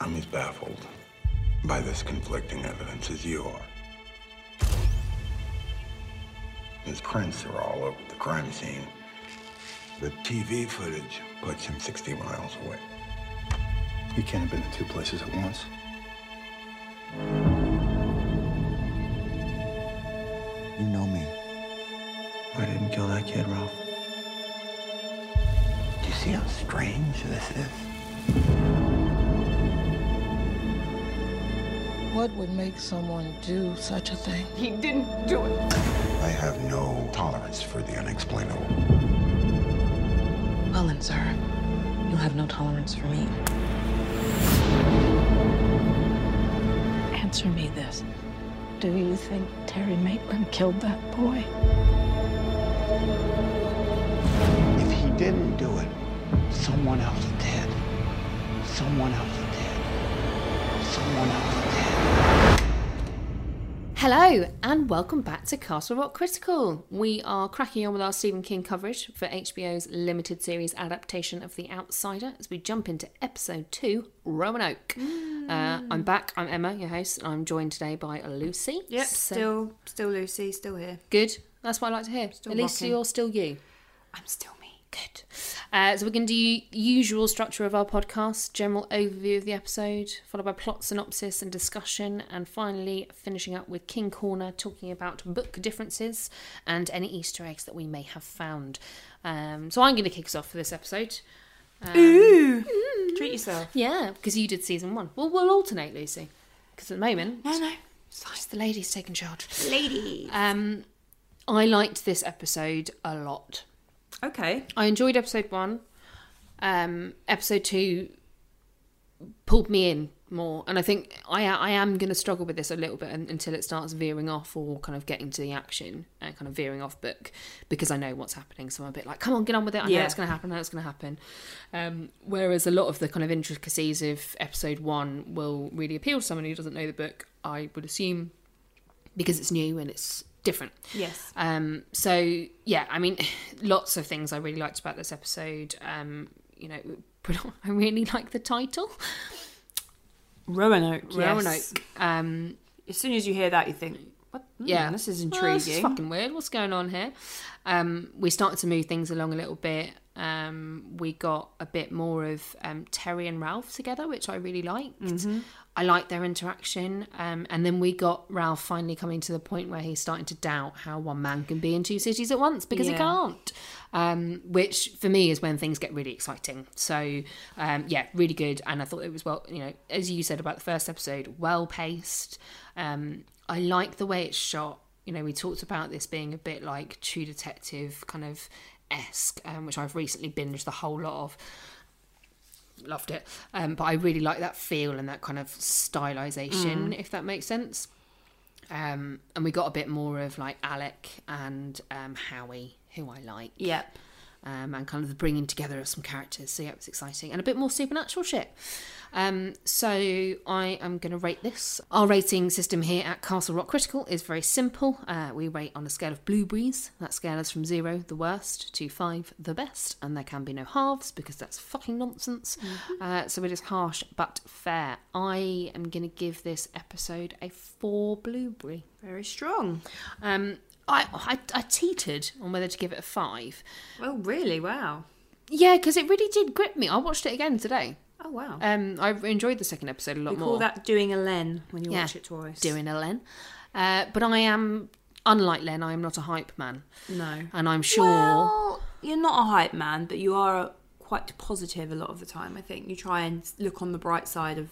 I'm as baffled by this conflicting evidence as you are. His prints are all over the crime scene. The TV footage puts him 60 miles away. He can't have been in two places at once. You know me. I didn't kill that kid, Ralph. Do you see how strange this is? What would make someone do such a thing? He didn't do it. I have no tolerance for the unexplainable. Well then, sir, you'll have no tolerance for me. Answer me this. Do you think Terry Maitland killed that boy? If he didn't do it, someone else did. Someone else did. Someone else did. Hello, and welcome back to Castle Rock Critical. We are cracking on with our Stephen King coverage for HBO's limited series adaptation of The Outsider as we jump into episode two Roanoke. Uh, Mm. I'm back, I'm Emma, your host, and I'm joined today by Lucy. Yep, So- still, still Lucy, still here. Good. That's what I like to hear. Still At least rocking. you're still you. I'm still me. Good. Uh, so we're going to do the usual structure of our podcast: general overview of the episode, followed by plot synopsis and discussion, and finally finishing up with King Corner talking about book differences and any Easter eggs that we may have found. Um, so I'm going to kick us off for this episode. Um, Treat yourself. Yeah, because you did season one. Well, we'll alternate, Lucy, because at the moment No, no. it's just the ladies taking charge. Lady. Um, I liked this episode a lot. Okay. I enjoyed episode one. Um, episode two pulled me in more, and I think I I am going to struggle with this a little bit un- until it starts veering off or kind of getting to the action and kind of veering off book because I know what's happening. So I'm a bit like, come on, get on with it. I know Yeah. it's going to happen. I know it's going to happen. Um, whereas a lot of the kind of intricacies of episode one will really appeal to someone who doesn't know the book. I would assume because it's new and it's different. Yes. Um, so yeah, I mean, lots of things I really liked about this episode. Um, you know, predom- I really like the title, Roanoke. yes. Roanoke. Um, As soon as you hear that, you think, what? Hmm, yeah, This is Well, Oh, this is intriguing. fucking weird. What's going on here? Um, we started to move things along a little bit. Um, we got a bit more of um, Terry and Ralph together, which I really liked. Mm-hmm. I liked their interaction, um, and then we got Ralph finally coming to the point where he's starting to doubt how one man can be in two cities at once because he Yeah. can't. Um, which for me is when things get really exciting. So um, yeah, really good. And I thought it was well, you know, as you said about the first episode, well paced. Um, I like the way it's shot. You know, we talked about this being a bit like True Detective kind of esque, um, which I've recently binged the whole lot of loved it. Um, but I really like that feel and that kind of stylization, if that makes sense. Um, and we got a bit more of like Alec and um, Howie, who I like, Yep. um, and kind of the bringing together of some characters. So yeah, it was exciting and a bit more supernatural shit. Um, so I am going to rate this. Our rating system here at Castle Rock Critical is very simple. Uh, we rate on a scale of blueberries. That scale is from zero, the worst, to five, the best, and there can be no halves because that's fucking nonsense. Uh, so it is harsh but fair. I am going to give this episode a four blueberry. Very strong. Um, I, I I teetered on whether to give it a five. Oh, really? Wow. Yeah, because it really did grip me. I watched it again today. Oh, wow. Um, I enjoyed the second episode a lot we more. call that doing a len when you watch it twice. Doing a Len, uh, but I am unlike Len. I am not a hype man, No. and I'm sure. Well, you're not a hype man, but you are quite positive a lot of the time. I think you try and look on the bright side of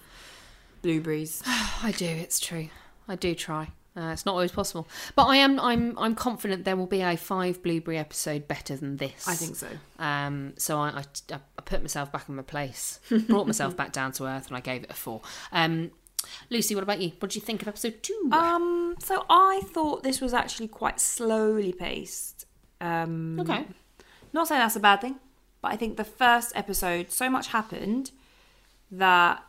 blueberries. I do. It's true. I do try. Uh, it's not always possible, but I am. I'm. I'm confident there will be a five blueberry episode better than this. I think so. Um, so I, I, I put myself back in my place, brought myself back down to earth, and I gave it a four. Um, Lucy, what about you? What do you think of episode two? Um, so I thought this was actually quite slowly paced. Um, okay. Not saying that's a bad thing, but I think the first episode, so much happened that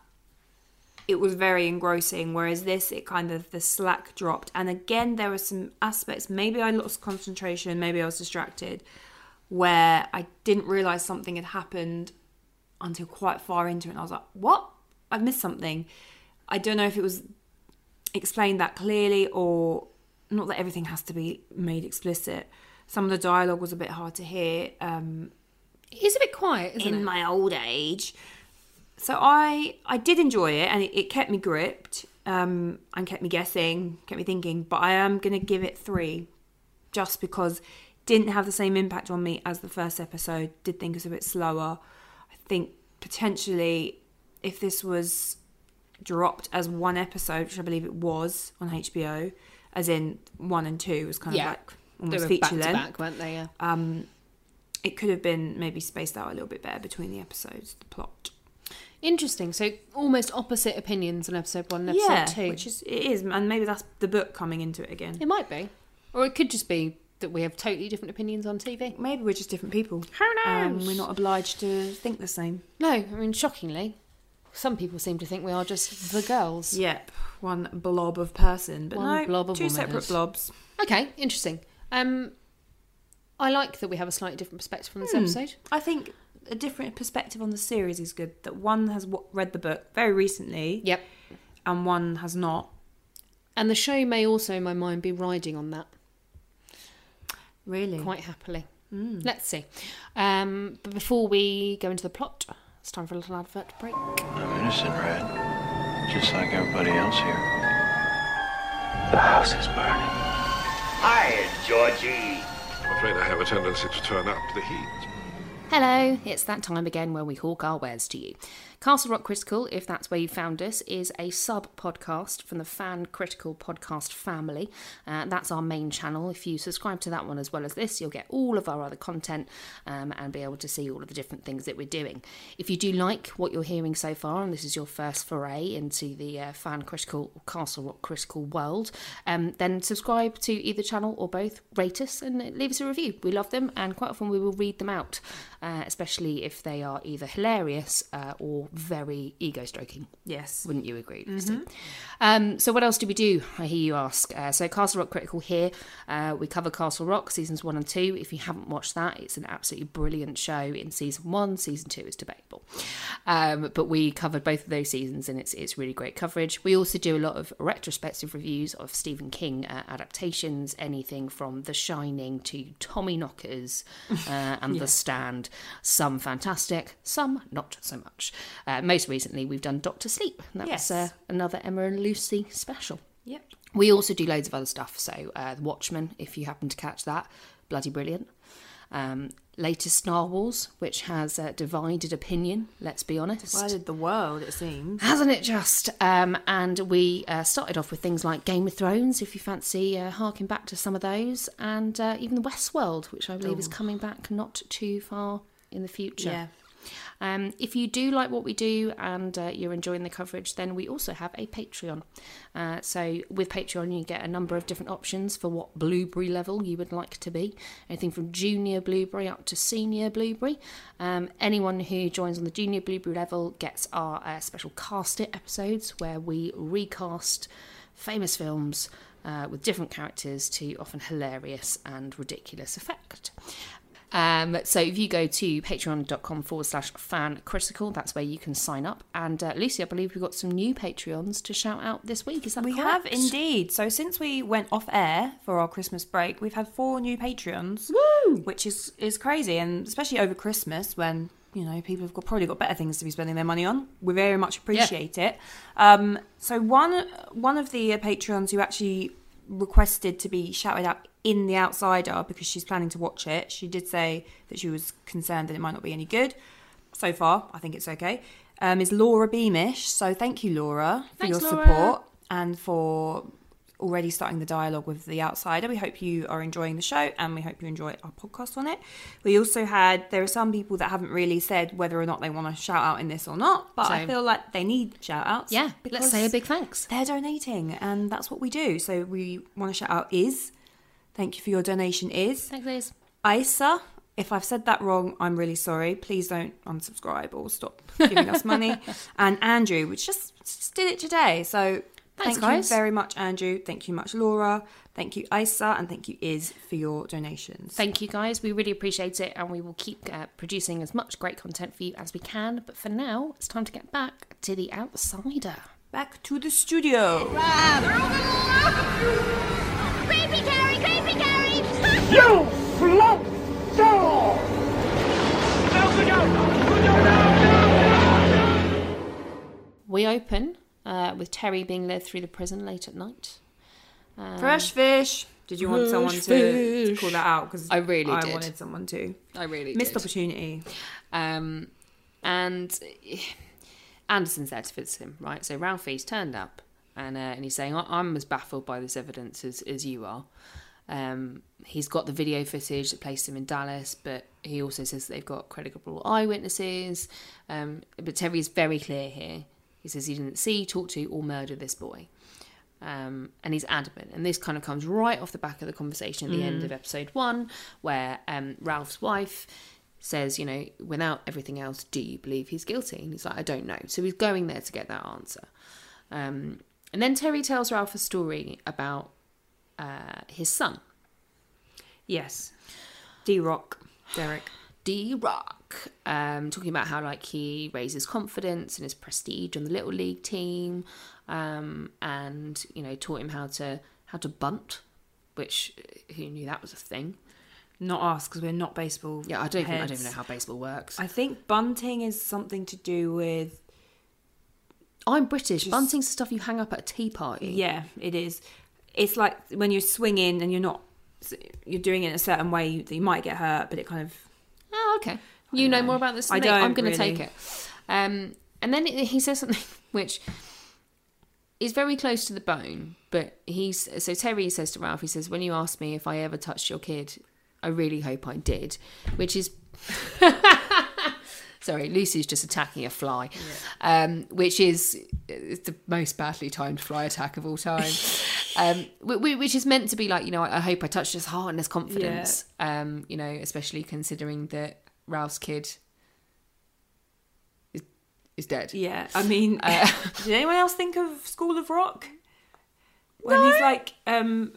it was very engrossing. Whereas this, it kind of the slack dropped, and again there were some aspects. Maybe I lost concentration. Maybe I was distracted, where I didn't realize something had happened until quite far into it. And I was like, "What? I've missed something. I don't know if it was explained that clearly or not that everything has to be made explicit. Some of the dialogue was a bit hard to hear. Um, It is a bit quiet, isn't in it? my old age. So I I did enjoy it, and it, it kept me gripped, um, and kept me guessing, kept me thinking. But I am gonna give it three, just because it didn't have the same impact on me as the first episode. Did think it was a bit slower. I think potentially if this was dropped as one episode, which I believe it was on HBO, as in one and two was kind Yeah. of like They almost were feature back Uh, to length back, weren't they? Yeah. it could have been maybe spaced out a little bit better between the episodes, the plot. Interesting. So almost opposite opinions on episode one and episode two. which is it is, and maybe that's the book coming into it again. It might be. Or it could just be that we have totally different opinions on TV. Maybe we're just different people. Who Um, knows? we're not obliged to think the same. No, I mean, shockingly, some people seem to think we are just the girls. Yep, one blob of person, but One no, blob of two womanhood. separate blobs. Okay, interesting. Um, I like that we have a slightly different perspective on this Hmm. episode. I think a different perspective on the series is good. That one has w- read the book very recently, Yep. and one has not. And the show may also, in my mind, be riding on that Really, quite happily. Hmm. Let's see. Um, but before we go into the plot, it's time for a little advert break. I'm innocent, Red. Just like everybody else here. The house is burning. Hi, Georgie. I'm afraid I have a tendency to turn up the heat. Hello, it's that time again where we hawk our wares to you. Castle Rock Critical, if that's where you found us, is a sub podcast from the Fan Critical Podcast family. Uh, that's our main channel. If you subscribe to that one as well as this, you'll get all of our other content um, and be able to see all of the different things that we're doing. If you do like what you're hearing so far, and this is your first foray into the uh, Fan Critical Castle Rock Critical world, um, then subscribe to either channel or both, rate us, and leave us a review. We love them, and quite often we will read them out, uh, especially if they are either hilarious uh, or very ego stroking. yes, Wouldn't you agree? Lucy? Um, so, what else do we do? I hear you ask. Uh, so, Castle Rock Critical here. Uh, we cover Castle Rock seasons one and two. If you haven't watched that, it's an absolutely brilliant show in season one. Season two is debatable. Um, but we covered both of those seasons and it's, it's really great coverage. We also do a lot of retrospective reviews of Stephen King uh, adaptations, anything from The Shining to Tommy Knockers uh, and The Stand. Some fantastic, some not so much. Uh, most recently, we've done Doctor Sleep. And that Yes. was uh, another Emma and Lucy special. yep, We also do loads of other stuff. So, uh, The Watchmen, if you happen to catch that, bloody brilliant. Um, latest Star Wars, which has uh, divided opinion, let's be honest did the world. It seems. hasn't it just? Um, and we uh, started off with things like Game of Thrones, if you fancy uh, harking back to some of those, and uh, even the Westworld, which I believe is coming back not too far in the future. Yeah. Um, if you do like what we do and uh, you're enjoying the coverage, then we also have a Patreon. Uh, so with Patreon, you get a number of different options for what blueberry level you would like to be. Anything from junior blueberry up to senior blueberry. Um, anyone who joins on the junior blueberry level gets our uh, special cast it episodes where we recast famous films uh, with different characters to often hilarious and ridiculous effect. Um, so if you go to patreon.com forward slash fan critical, that's where you can sign up. And uh, Lucy, I believe we've got some new Patreons to shout out this week. Is that We correct? have indeed. So since we went off air for our Christmas break, we've had four new Patreons, Woo! which is is crazy, and especially over Christmas when you know people have got probably got better things to be spending their money on. We very much appreciate it. Um, so one one of the uh, Patreons who actually requested to be shouted out in The Outsider because she's planning to watch it. She did say that she was concerned that it might not be any good. So far, I think it's okay. Um, is Laura Beamish. So thank you, Laura, for Thanks, your Laura. support and for already starting the dialogue with The Outsider. We hope you are enjoying the show and we hope you enjoy our podcast on it. We also had, there are some people that haven't really said whether or not they want to shout out in this or not, but I So- feel like they need shout outs. Yeah, let's say a big thanks. They're donating and that's what we do. So we want to shout out Is. Thank you for your donation, Is. Thanks, Liz. Isa, if I've said that wrong, I'm really sorry. Please don't unsubscribe or stop giving us money. And Andrew, which just, just did it today. So Thanks, thank guys. you very much, Andrew. Thank you much, Laura. Thank you, Isa, and thank you, Iz, for your donations. Thank you guys. We really appreciate it and we will keep uh, producing as much great content for you as we can. But for now, it's time to get back to The Outsider. Back to the studio. Creepy Carrie, Creepy Carrie! You flop fool! We open uh, with Terry being led through the prison late at night. Um, Fresh fish. Did you want someone to call that out? Because I really I did. wanted someone to. I really Missed did. opportunity. Um, and Anderson's there to visit him, right? So Ralphie's turned up and, uh, and he's saying, "I- I'm as baffled by this evidence as, as you are. Um, he's got the video footage that placed him in Dallas, but he also says they've got credible eyewitnesses. Um, but Terry's very clear here. He says he didn't see, talk to, or murder this boy. Um, and he's adamant. And this kind of comes right off the back of the conversation at the end of episode one, where um, Ralph's wife says, you know, without everything else, do you believe he's guilty? And he's like, I don't know. So he's going there to get that answer. Um, and then Terry tells Ralph a story about uh, his son, Yes. D Rock, Derek. D Rock, um, talking about how like he raises confidence and his prestige on the little league team, um, and you know taught him how to how to bunt, which uh, who knew that was a thing. Not us, because we're not baseball. Yeah, I don't even, I heads. don't even know how baseball works. I think bunting is something to do with. I'm British. Bunting's stuff you hang up at a tea party. Yeah, it is. It's like when you're swinging and you're not. You're doing it in a certain way you, you might get hurt, but it kind of. Oh, okay. You know more about this than I me. I'm don't, going to really. take it. Um, and then it- he says something which is very close to the bone, but he's so Terry says to Ralph, he says, "When you asked me if I ever touched your kid, I really hope I did," which is. Sorry, Lucy's just attacking a fly, um, which is it's the most badly timed fly attack of all time, um, wh- wh- which is meant to be like you know I I hope I touched his heart and his confidence, um, you know, especially considering that Ralph's kid is, is dead. Yeah, I mean, did anyone else think of School of Rock? When he's like, um,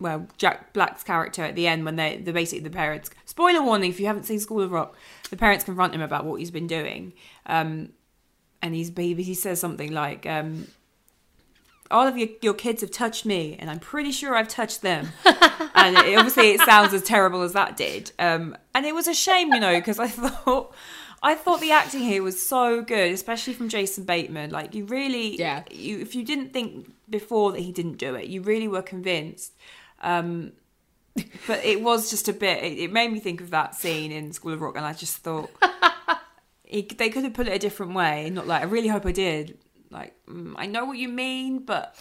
well, Jack Black's character at the end when they, the basically the parents. Spoiler warning: if you haven't seen School of Rock, the parents confront him about what he's been doing, um, and he's he, he says something like, um, "All of your, your kids have touched me, and I'm pretty sure I've touched them." and it, obviously, it sounds as terrible as that did. Um, and it was a shame, you know, because I thought. I thought the acting here was so good, especially from Jason Bateman. Like you really, Yeah. You, if you didn't think before that he didn't do it, you really were convinced but it was just a bit it, it made me think of that scene in school of rock and i just thought he, they could have put it a different way not like i really hope i did like mm, i know what you mean but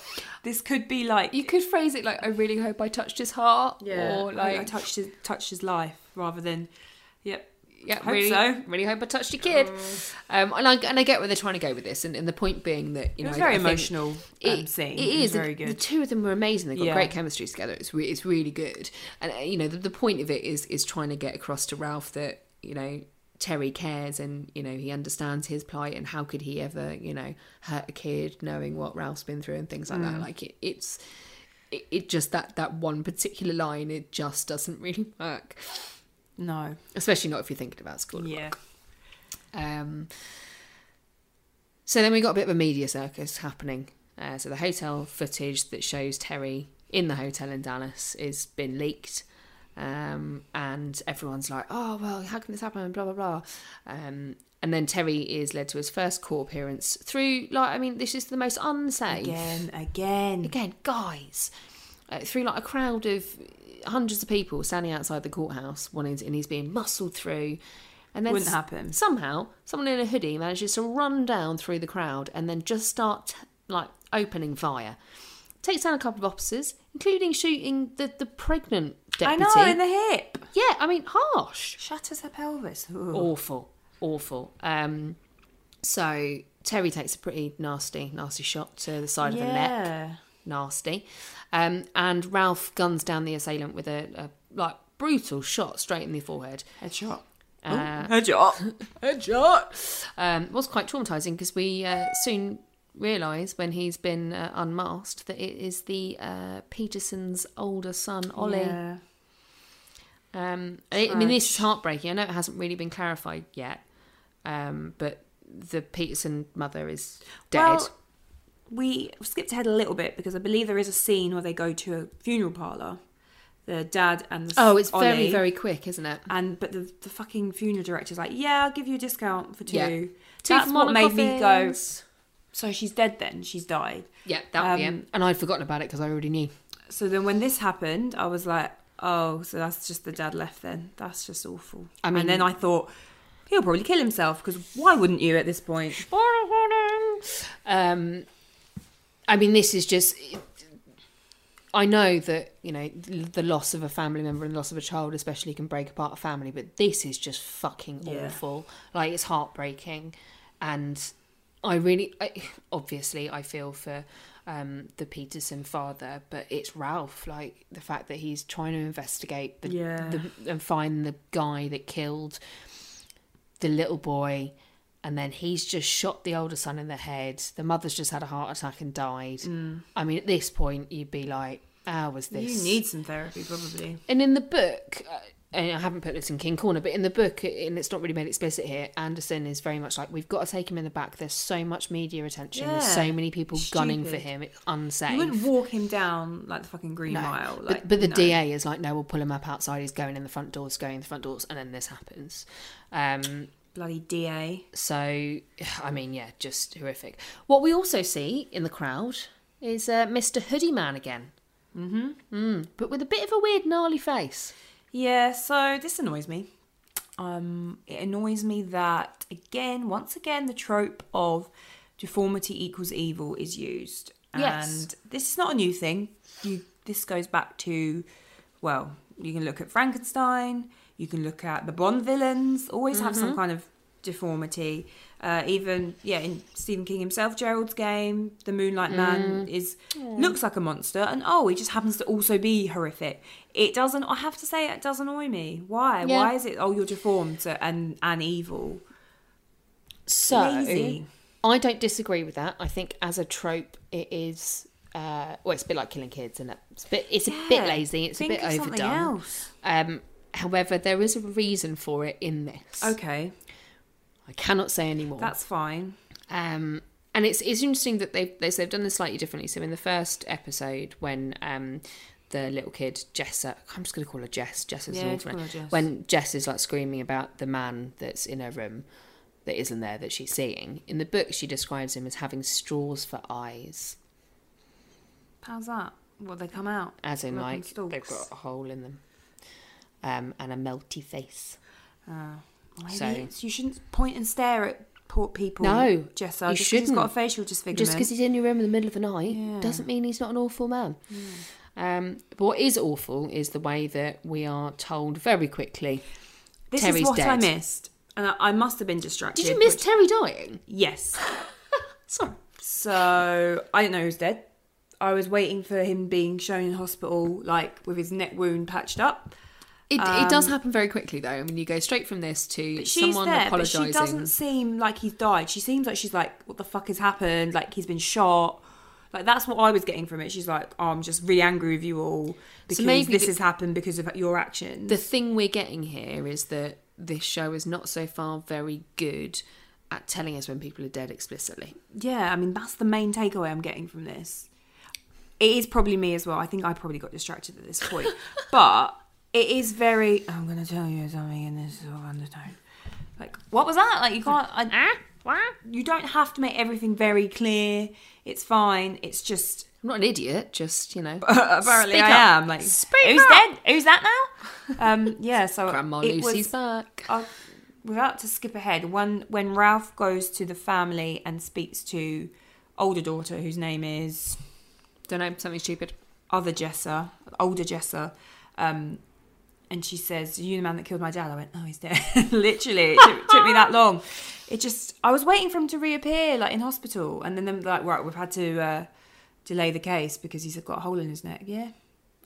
this could be like You could phrase it like, "I really hope I touched his heart," or I- like, I, touched his touched his life rather than yep yeah, hope really, so. Oh. really hope I touched your kid. Um, and I and I get where they're trying to go with this, and, and the point being that you it know, was I very think emotional um, It, it scene is very The good two of them were amazing. They got Yeah. great chemistry together. It's re- it's really good. And uh, you know, the, the point of it is is trying to get across to Ralph that you know Terry cares and you know he understands his plight and how could he ever you know hurt a kid knowing what Ralph's been through and things like Mm. that. Like it, it's. It, it just that that one particular line it just doesn't really work no especially not if you're thinking about school yeah um, so then we got a bit of a media circus happening. Uh, so the hotel footage that shows Terry in the hotel in Dallas is been leaked, um, and everyone's like, "Oh well, how can this happen?" Blah blah blah. Um, and then Terry is led to his first court appearance through, like, I mean, this is the most unsafe again again again, guys, uh, through like a crowd of hundreds of people standing outside the courthouse, wanting, to, and he's being muscled through. And then Wouldn't s- happen. Somehow, someone in a hoodie manages to run down through the crowd and then just start like opening fire. Takes down a couple of officers, including shooting the, the pregnant i deputy. know in the hip yeah, I mean, harsh shatters her pelvis Ooh. awful, awful. Um, so Terry takes a pretty nasty, nasty shot to the side of the Yeah. neck, nasty. Um, and Ralph guns down the assailant with a, a like brutal shot straight in the forehead. headshot Uh, headshot headshot. Um, it was quite traumatizing because we uh, soon realise when he's been uh, unmasked that it is the uh, Peterson's older son, Ollie. Yeah. Um, I I mean, this is heartbreaking. I know it hasn't really been clarified yet, um, but the Peterson mother is dead. Well, we skipped ahead a little bit because I believe there is a scene where they go to a funeral parlor, the dad and the oh, it's Ollie, very, very quick, isn't it? and but the, the fucking funeral director's like, yeah, I'll give you a discount for two. Yeah. Two That's for what one made me go. coffins. So she's dead then. She's died. Yeah, that would be Um, it. And I'd forgotten about it because I already knew. So then when this happened, I was like, oh, so that's just the dad left then. That's just awful. I mean- and then I thought he'll probably kill himself because why wouldn't you at this point? Um, I mean, this is just. I know that you know the loss of a family member and the loss of a child, especially, can break apart a family. But this is just fucking Yeah. awful. Like it's heartbreaking, and I really, I, obviously, I feel for um, the Peterson father, but it's Ralph. Like the fact that he's trying to investigate the, Yeah. the and find the guy that killed the little boy and then he's just shot the older son in the head the mother's just had a heart attack and died i mean at this point you'd be like how was this Mm. You need some therapy probably. and in the book uh, and i haven't put this in king corner but in the book and it's not really made explicit here anderson is very much like we've got to take him in the back there's so much media attention there's Yeah. so many people gunning for Stupid. him it's unsafe You wouldn't walk him down like the fucking Green no. Mile. But- Like, but, the no. DA is like, no, we'll pull him up outside. He's going in the front doors, going in the front doors, and then this happens. Um, bloody DA. So, I mean, yeah, just horrific. What we also see in the crowd is uh, Mr. Hoodie Man again. Mm-hmm. Mm, but with a bit of a weird, gnarly face. Yeah, so this annoys me. Um, it annoys me that again, once again, the trope of deformity equals evil is used, and Yes. this is not a new thing. You, this goes back to, well, you can look at Frankenstein, you can look at the Bond villains, always have some Mm-hmm. kind of deformity. Uh, even yeah, in Stephen King himself, Gerald's Game, the Moonlight Man Mm. is looks like a monster, and oh, he just happens to also be horrific. It doesn't. I have to say, it does annoy me. Why? Yeah. Why is it? Oh, you're deformed so- and and evil. So, Lazy. I don't disagree with that. I think as a trope, it is. Uh, well, it's a bit like killing kids, isn't it? It's a bit, it's a bit Yeah. lazy. It's Think a bit of overdone. something else. Um, however, there is a reason for it in this. Okay, I cannot say any more. that's fine. Um, and it's it's interesting that they've they, they've done this slightly differently. So in the first episode, when um, the little kid Jessa, I'm just going to call her Jess. Jess is Yeah, an just orphan. call her Jess. When Jess is like screaming about the man that's in her room that isn't there that she's seeing. In the book, she describes him as having straws for eyes, How's that? Well, they come out as in Like on like they've stalks. got a hole in them, um, and a melty face. Ah, Maybe so- it's- you shouldn't point and stare at poor people. No, Jessa, just 'cause you He's got a shouldn't. facial disfigurement. Just because he's in your room in the middle of the night Yeah. doesn't mean he's not an awful man. Um, but what is awful is the way that we are told very quickly. this Terry's is what I dead. missed, and I, I must have been distracted. Did you miss which- Terry dying? yes. Sorry. So I didn't know he was dead. I was waiting for him being shown in hospital, like with his neck wound patched up. It, it does happen very quickly though. I mean, you go straight from this to She's someone there, apologising. but she doesn't seem like he's died. She seems like she's like, what the fuck has happened? Like he's been shot. Like that's what I was getting from it. She's like, oh, I'm just really angry with you all because maybe this the- has happened because of your actions. The thing we're getting here is that this show is not so far very good at telling us when people are dead explicitly. yeah, I mean that's the main takeaway I'm getting from this. It is probably me as well. I think I probably got distracted at this point, but it is very. I'm going to tell you something, and this is all undertone. Like, what was that? Like, you can't. I, You don't have to make everything very clear. It's fine. It's just I'm not an idiot, just you know. apparently Speak I up. am. Like, Speak who's up. dead? Who's that now? Um, yeah. So Grandma it Lucy's was- back. uh, without to skip ahead, when when Ralph goes to the family and speaks to older daughter whose name is Don't know something stupid. other Jessa, older Jessa, um, and she says, "You the man that killed my dad?" I went, "Oh, he's dead." Literally, it took, took me that long. It just I was waiting for him to reappear, like in hospital, and then them like, right, we've had to uh, delay the case because he's got a hole in his neck. Yeah.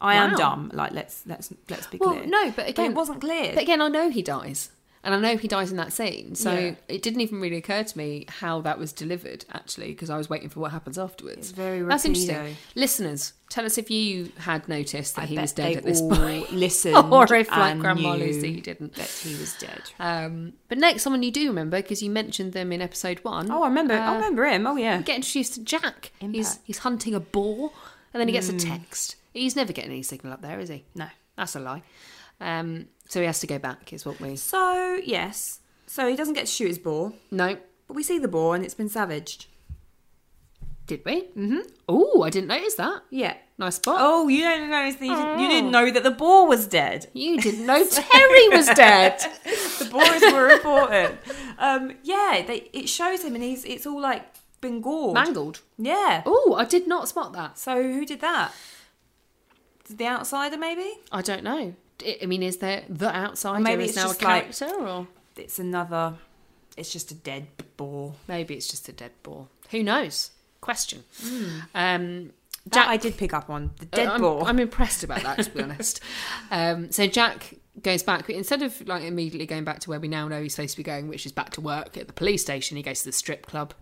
I am Wow. dumb. Like let's let's let's be Well, clear. no, but again, it wasn't clear. But again, I know he dies. And I know he dies in that scene, so Yeah. it didn't even really occur to me how that was delivered actually, because I was waiting for what happens afterwards. It's very that's rapido. interesting. Listeners, tell us if you had noticed that I he bet was dead they at this all point, listened or if like and Grandma knew Lucy didn't. that he was dead. Um, but next, someone you do remember because you mentioned them in episode one. oh, I remember. I Uh, remember him. Oh yeah. we get introduced to Jack. He's Impact. Mm. he's hunting a boar, and then he gets a text. He's never getting any signal up there, is he? No. that's a lie. Um, so he has to go back, is what we. So yes. So he doesn't get to shoot his boar, No, but we see the boar and it's been savaged. did we? Mm-hmm. Oh, I didn't notice that. Yeah. Nice spot. Oh, you don't know. You didn't, you Oh. didn't know that the boar was dead. You didn't know Terry was dead. The boars were important. Um, yeah, they, it shows him, and he's it's all like been gored. Mangled. Yeah. Oh, I did not spot that. So who did that? Did the outsider maybe? I don't know. I- I mean, is there the outsider Maybe is it's now a just like- character, or It's another. It's just a dead boar. maybe it's just a dead boar? Who knows? Question. Um, Hmm. That I did pick up on the dead I'm, boar. I'm impressed about that, to be honest. Um, so Jack goes back instead of like immediately going back to where we now know he's supposed to be going, which is back to work at the police station. He goes to the strip club,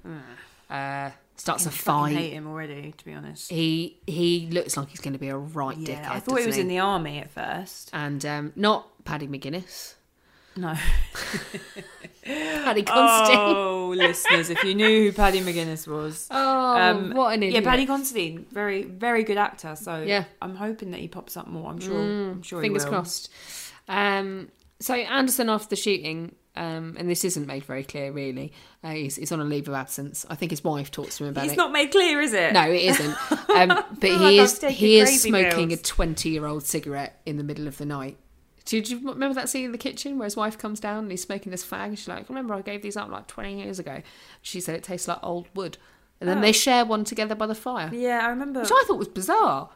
Ah. uh, starts a I hate fight. him already, to be honest. He he looks like he's going to be a right Yeah, dickhead. I thought he doesn't was in the army at first. and um, not Paddy McGuinness, No. Paddy Constantine. Oh, listeners, if you knew who Paddy McGuinness was. Um, Oh, what an idiot! Yeah, Paddy Considine, very very good actor. So Yeah. Mm, I'm hoping that he pops up more. I'm sure. I'm sure. he Fingers will. crossed. Um, so Anderson after the shooting, um, and this isn't made very clear really. Uh, he's, he's on a leave of absence. I think his wife talks to him about It's it. not made clear, is it? no, it isn't. Um, but he feel like I've is taken he is Crazy smoking Girls. a twenty-year-old cigarette in the middle of the night. Did you remember that scene in the kitchen where his wife comes down and he's smoking this fag? She's like, "Remember, I gave these up like twenty years ago." She said it tastes like old wood, and then they share one together by the fire, Yeah, I remember. which I thought was bizarre.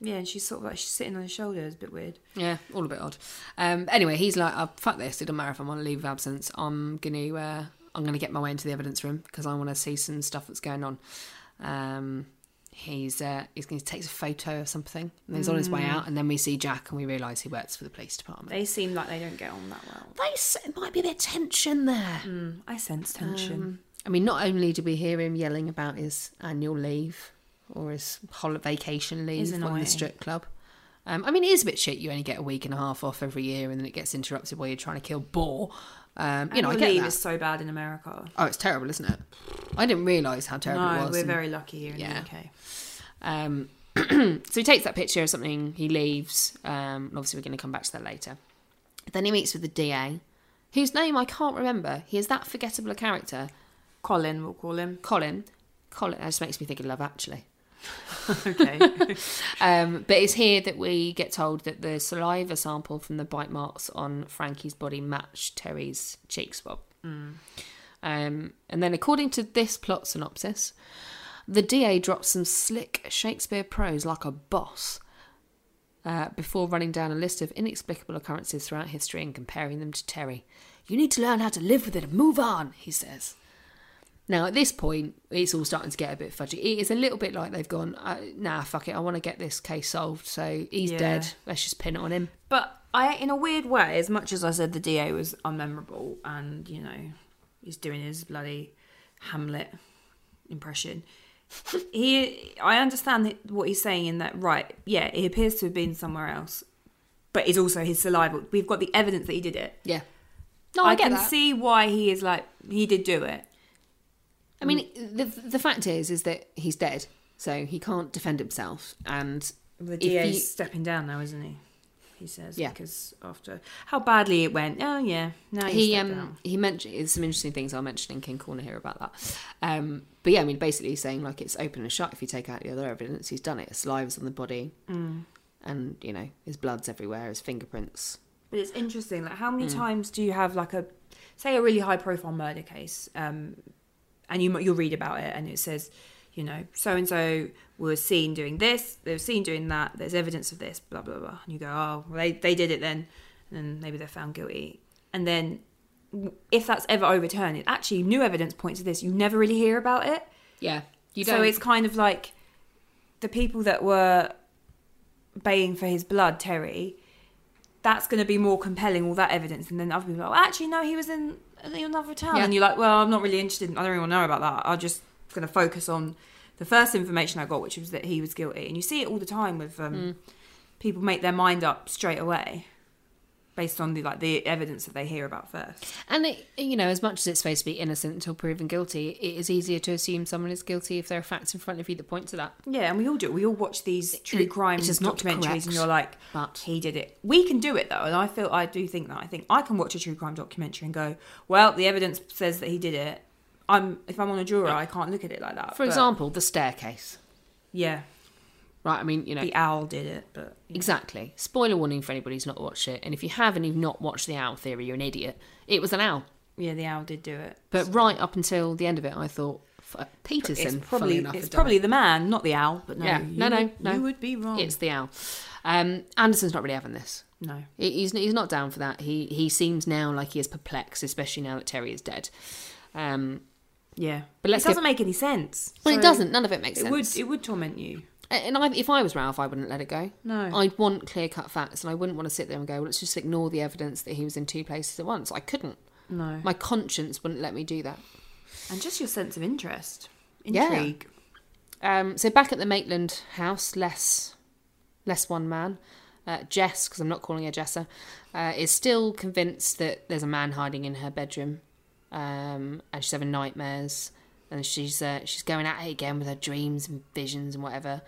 Yeah, and she's sort of like she's sitting on his shoulder. It's a bit weird. Yeah, all a bit odd. Um, anyway, he's like, oh, "Fuck this! It doesn't matter if I'm on leave of absence. I'm gonna, uh, I'm gonna get my way into the evidence room because I want to see some stuff that's going on." Um, he's uh, he's going to take a photo of something, and he's on his way out. And then we see Jack, and we realise he works for the police department. They seem like they don't get on that well. They s- it might be a bit of tension there. I sense tension. I mean, not only do we hear him yelling about his annual leave or his hol- vacation leave It's on annoying. the strip club. Um, I mean, it is a bit shit. You only get a week and a half off every year, and then it gets interrupted while you're trying to kill boar. Um, you know, I Annual get leave that. is so bad in America. Oh, it's terrible, isn't it? I didn't realise how terrible it No, was. we're and- very lucky here in Yeah. the UK. um, so he takes that picture of something, he leaves. Um, and obviously, we're going to come back to that later. Then he meets with the DA, whose name I can't remember. He is that forgettable a character. Colin, we'll call him. Colin. Colin. That just makes me think of Love Actually. Okay. Um, but it's here that we get told that the saliva sample from the bite marks on Frankie's body matched Terry's cheek swab. Um, and then, according to this plot synopsis, the DA drops some slick Shakespeare prose like a boss uh, before running down a list of inexplicable occurrences throughout history and comparing them to Terry. You need to learn how to live with it and move on, he says. Now, at this point, it's all starting to get a bit fudgy. It is a little bit like they've gone, uh, nah, fuck it, I want to get this case solved, so he's Yeah. dead, let's just pin it on him. But I, in a weird way, as much as I said the DA was unmemorable and you know he's doing his bloody Hamlet impression, he, I understand what he's saying in that right, yeah, he appears to have been somewhere else, but it's also his saliva. We've got the evidence that he did it. Yeah. No, I, get can that. see why he is like he did do it. I mean, the the fact is, is that he's dead, so he can't defend himself. And The if DA you- is stepping down now, isn't he? He says Yeah. because after how badly it went. Oh yeah, now he's he stepped um down. he mentioned there's some interesting things I'll mention in King Corner here about that. Um, but yeah, I mean, basically he's saying like it's open and shut. If you take out the other evidence, he's done it. Saliva's on the body, and you know his blood's everywhere, his fingerprints. But it's interesting, like how many times do you have like a say a really high profile murder case, um, and you mu- you'll read about it and it says, you know, so and so was seen doing this, they were seen doing that, there's evidence of this, blah blah blah, and you go, oh, well, they they did it then, and then maybe they're found guilty, and then w- if that's ever overturned, it actually new evidence points to this. You never really hear about it, Yeah, you don't. so it's kind of like the people that were baying for his blood, Terry, that's going to be more compelling, all that evidence. And then other people are like, well, actually, no, he was in another town. Yeah. And you're like, well, I'm not really interested. in- I don't really want to know about that. I'm just going to focus on the first information I got, which was that he was guilty. And you see it all the time with um, Hmm. people make their mind up straight away based on the like the evidence that they hear about first. And it, you know, as much as it's supposed to be innocent until proven guilty, it is easier to assume someone is guilty if there are facts in front of you that point to that. Yeah, and we all do. it. We all watch these true it- crime it is not documentaries, correct, and you're like, but- he did it. We can do it though, and I feel I do think that. I think I can watch a true crime documentary and go, well, the evidence says that he did it. I'm if I'm on a juror, I can't look at it like that. For but- example, the staircase. yeah, Right, I mean, you know, the owl did it, but exactly. Spoiler warning for anybody who's not watched it. And if you have and you've not watched the owl theory, you're an idiot. It was an owl. yeah, the owl did do it. But right up until the end of it, I thought, "F- uh, Peterson. It's funnily probably enough, it's had done probably it." the man, not the owl. But no, Yeah, you no, no, would- no. you would be wrong. It's the owl. Um, Anderson's not really having this. no, He- He's he's not down for that. He he seems now like he is perplexed, especially now that Terry is dead. Um, yeah, But let's it doesn't get- make any sense. well, it So doesn't. None of it makes It sense. would it would torment you. And I, if I was Ralph, I wouldn't let it go. No. I'd want clear cut facts, and I wouldn't want to sit there and go, well, "Let's just ignore the evidence that he was in two places at once." I couldn't. No, My conscience wouldn't let me do that. and just your sense of interest, Yeah. intrigue. Um, so back at the Maitland house, less, less one man, uh, Jess, because I'm not calling her Jessa, uh, is still convinced that there's a man hiding in her bedroom, um, and she's having nightmares, and she's uh, she's going at it again with her dreams and visions and whatever.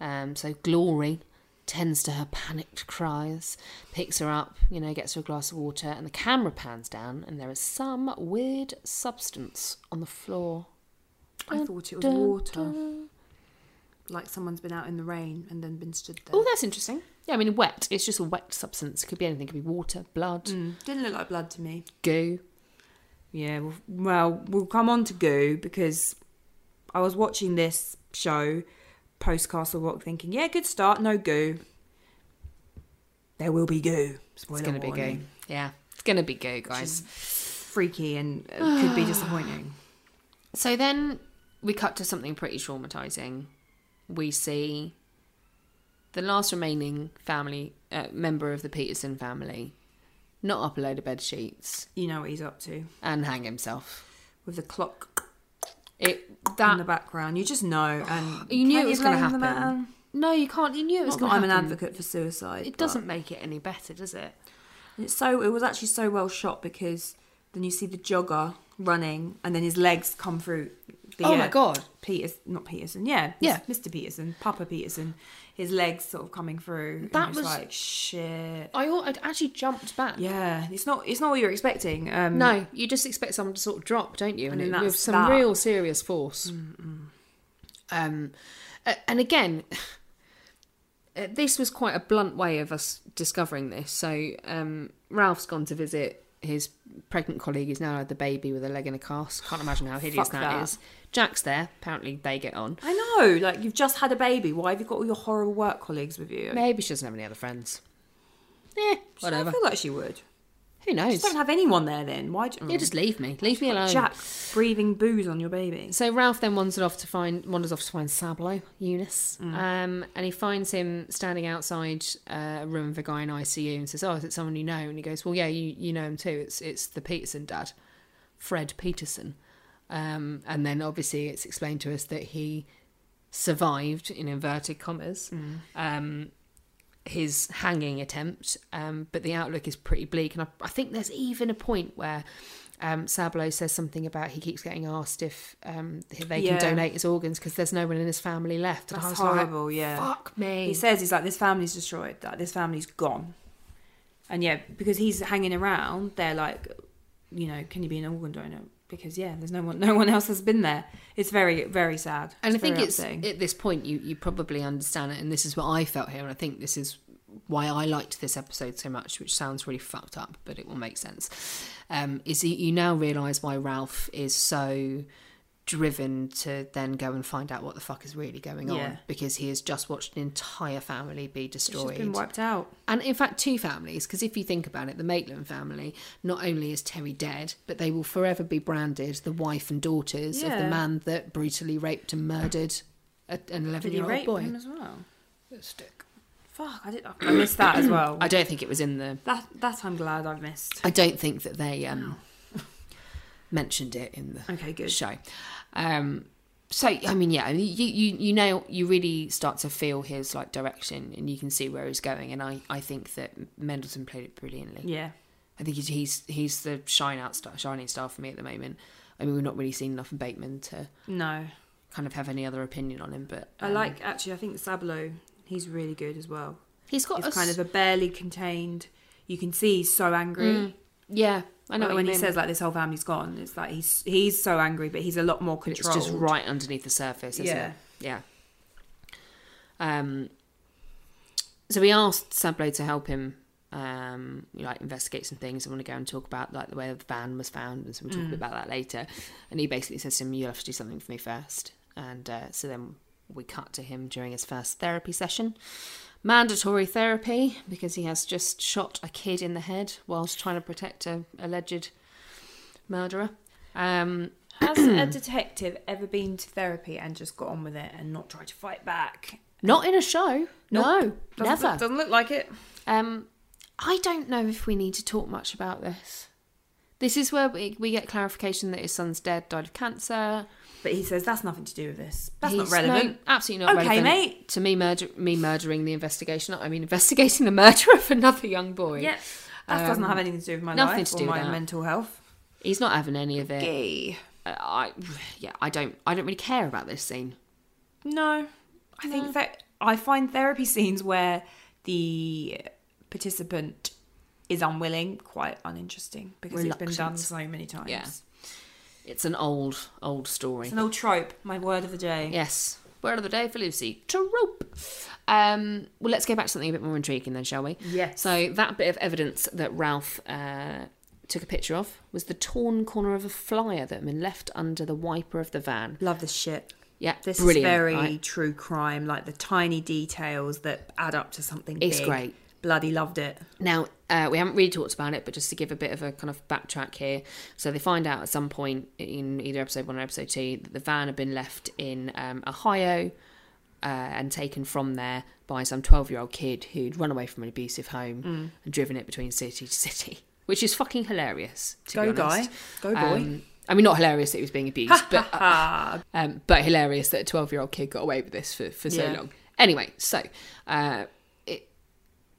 Um, so Glory tends to her panicked cries, picks her up, you know, gets her a glass of water, and the camera pans down, and there is some weird substance on the floor. I thought it was Dun, water, like someone's been out in the rain and then been stood there. Oh, that's interesting. Yeah, I mean, wet. It's just a wet substance. It could be anything. It could be water, blood, Hmm, Didn't look like blood to me. goo. Yeah, well, well, we'll come on to Goo because I was watching this show post Castle Rock, thinking, yeah, good start, no Goo. There will be Goo. Spoiler It's going to be goo. warning. Yeah, it's going to be goo, guys. Freaky and uh, could be disappointing. So then we cut to something pretty traumatizing. We see the last remaining family uh, member of the Peterson family not up a load of bed sheets You know what he's up to and hang himself. with the clock It in the that background. You just know, and you knew can it was going to blame the happen. man? No, you can't. You knew it was Not that going to I'm happen. an advocate for suicide. It but- doesn't make it any better, does it? It's so it was actually so well shot because then you see the jogger running and then his legs come through. The, uh, Oh my God. Peters, not Peterson, yeah, Yeah. Mr. Peterson, Papa Peterson, his legs sort of coming through. and That it's was- like shit. I al- I'd actually jumped back. Yeah, it's not it's not what you're expecting. Um, No, you just expect someone to sort of drop, don't you? And, And it, that's with some that. real serious force. Um, a- and again, uh, this was quite a blunt way of us discovering this. So um, Ralph's gone to visit his pregnant colleague. who's now had the baby with a leg in a cast. Can't imagine how hideous Fuck that that. is. Jack's there. Apparently, they get on. I know. Like you've just had a baby. Why have you got all your horrible work colleagues with you? Maybe she doesn't have any other friends. Eh, I whatever. feel like she would. Who knows? Just don't have anyone there then. Why? Do, mm. Yeah, just leave me. Leave me alone. Jack breathing booze on your baby. So Ralph then wanders off to find wanders off to find Sablo Eunice, um, and he finds him standing outside uh, a room of a guy in ICU, and says, "Oh, is it someone you know?" And he goes, "Well, yeah, you, you know him too. It's it's the Peterson dad, Fred Peterson." Um, and then obviously it's explained to us that he survived in inverted commas um, his hanging attempt, um, but the outlook is pretty bleak. And I, I think there's even a point where um, Sablo says something about he keeps getting asked if um, they Yeah. can donate his organs because there's no one in his family left. And I That's was horrible. Like, yeah. Fuck me. He says he's like this family's destroyed. Like this family's gone. And yeah, because he's hanging around, they're like, you know, can you be an organ donor? Because yeah, there's no one, no one else has been there. It's very, very sad. and I think very it's upsetting. at this point you you probably understand it, and this is what I felt here, and I think this is why I liked this episode so much, which sounds really fucked up, but it will make sense. Um, is you, you now realise why Ralph is so driven to then go and find out what the fuck is really going Yeah. on because he has just watched an entire family be She's destroyed been wiped out. and in fact two families because if you think about it the maitland family not only is terry dead but they will forever be branded the wife and daughters of Yeah. the man that brutally raped and murdered a, an Did 11 he year old rape boy him as well? Fuck, I, did, I missed that as well. I don't think it was in the. That that I'm glad I've missed. I don't think that they um, mentioned it in the Okay, good. show. Um, so I mean, yeah, I mean, you you you know, you really start to feel his like direction, and you can see where he's going. And I I think that Mendelssohn played it brilliantly. Yeah. I think he's he's he's the shine out star, shining star for me at the moment. I mean, we're not really seeing enough of Bateman to No. kind of have any other opinion on him, but uh, I like actually I think Sablo, he's really good as well. he's got He's kind of a barely contained you can see he's so angry. Mm. yeah. I know Like, what when you he mean. says like this whole family's gone, it's like he's he's so angry, but he's a lot more But it's controlled. just right underneath the surface, isn't Yeah. it? Yeah. Um. So we asked Sablo to help him, um, you know, like investigate some things. I want to go and talk about like the way the van was found, and so we'll talk a bit about that later. And he basically says to him, "You have to do something for me first. And uh, so then we cut to him during his first therapy session, mandatory therapy because he has just shot a kid in the head whilst trying to protect a alleged murderer. Um, Has a detective ever been to therapy and just got on with it and not tried to fight back? Not in a show. No, Doesn't, never. doesn't look like it. Um, I don't know if we need to talk much about this. This is where we, we get clarification that his son's dead, died of cancer. But he says that's nothing to do with this. That's not He's- no, relevant. absolutely not Okay, relevant. mate. To me, murder, me murdering the investigation. I mean, investigating the murder of another young boy. Yeah. That doesn't have anything to do with my Um, nothing life to or do with my that. mental health. He's not having any of it. Gay. Uh, I, yeah, I don't. I don't really care about this scene. No. I think that I find therapy scenes where the participant is unwilling quite uninteresting because it's been done Reluctant. so many times. Yeah. It's an old, old story. It's an old trope, my word of the day. Yes. Word of the day for Lucy. Trope. Um, well, let's go back to something a bit more intriguing then, shall we? Yes. So that bit of evidence that Ralph uh, took a picture of was the torn corner of a flyer that had been left under the wiper of the van. Love this shit. Yeah, This brilliant, is very right? true crime, like the tiny details that add up to something It's big. great. Bloody loved it. Now, uh, we haven't really talked about it, but just to give a bit of a kind of backtrack here. So they find out at some point in either episode one or episode two that the van had been left in um, Ohio uh, and taken from there by some 12 year old kid who'd run away from an abusive home Mm. and driven it between city to city, which is fucking hilarious. To Go be honest. guy. Go boy. Um, I mean, not hilarious that he was being abused, but um, but hilarious that a 12 year old kid got away with this for, for so Yeah. long. Anyway, so uh, it,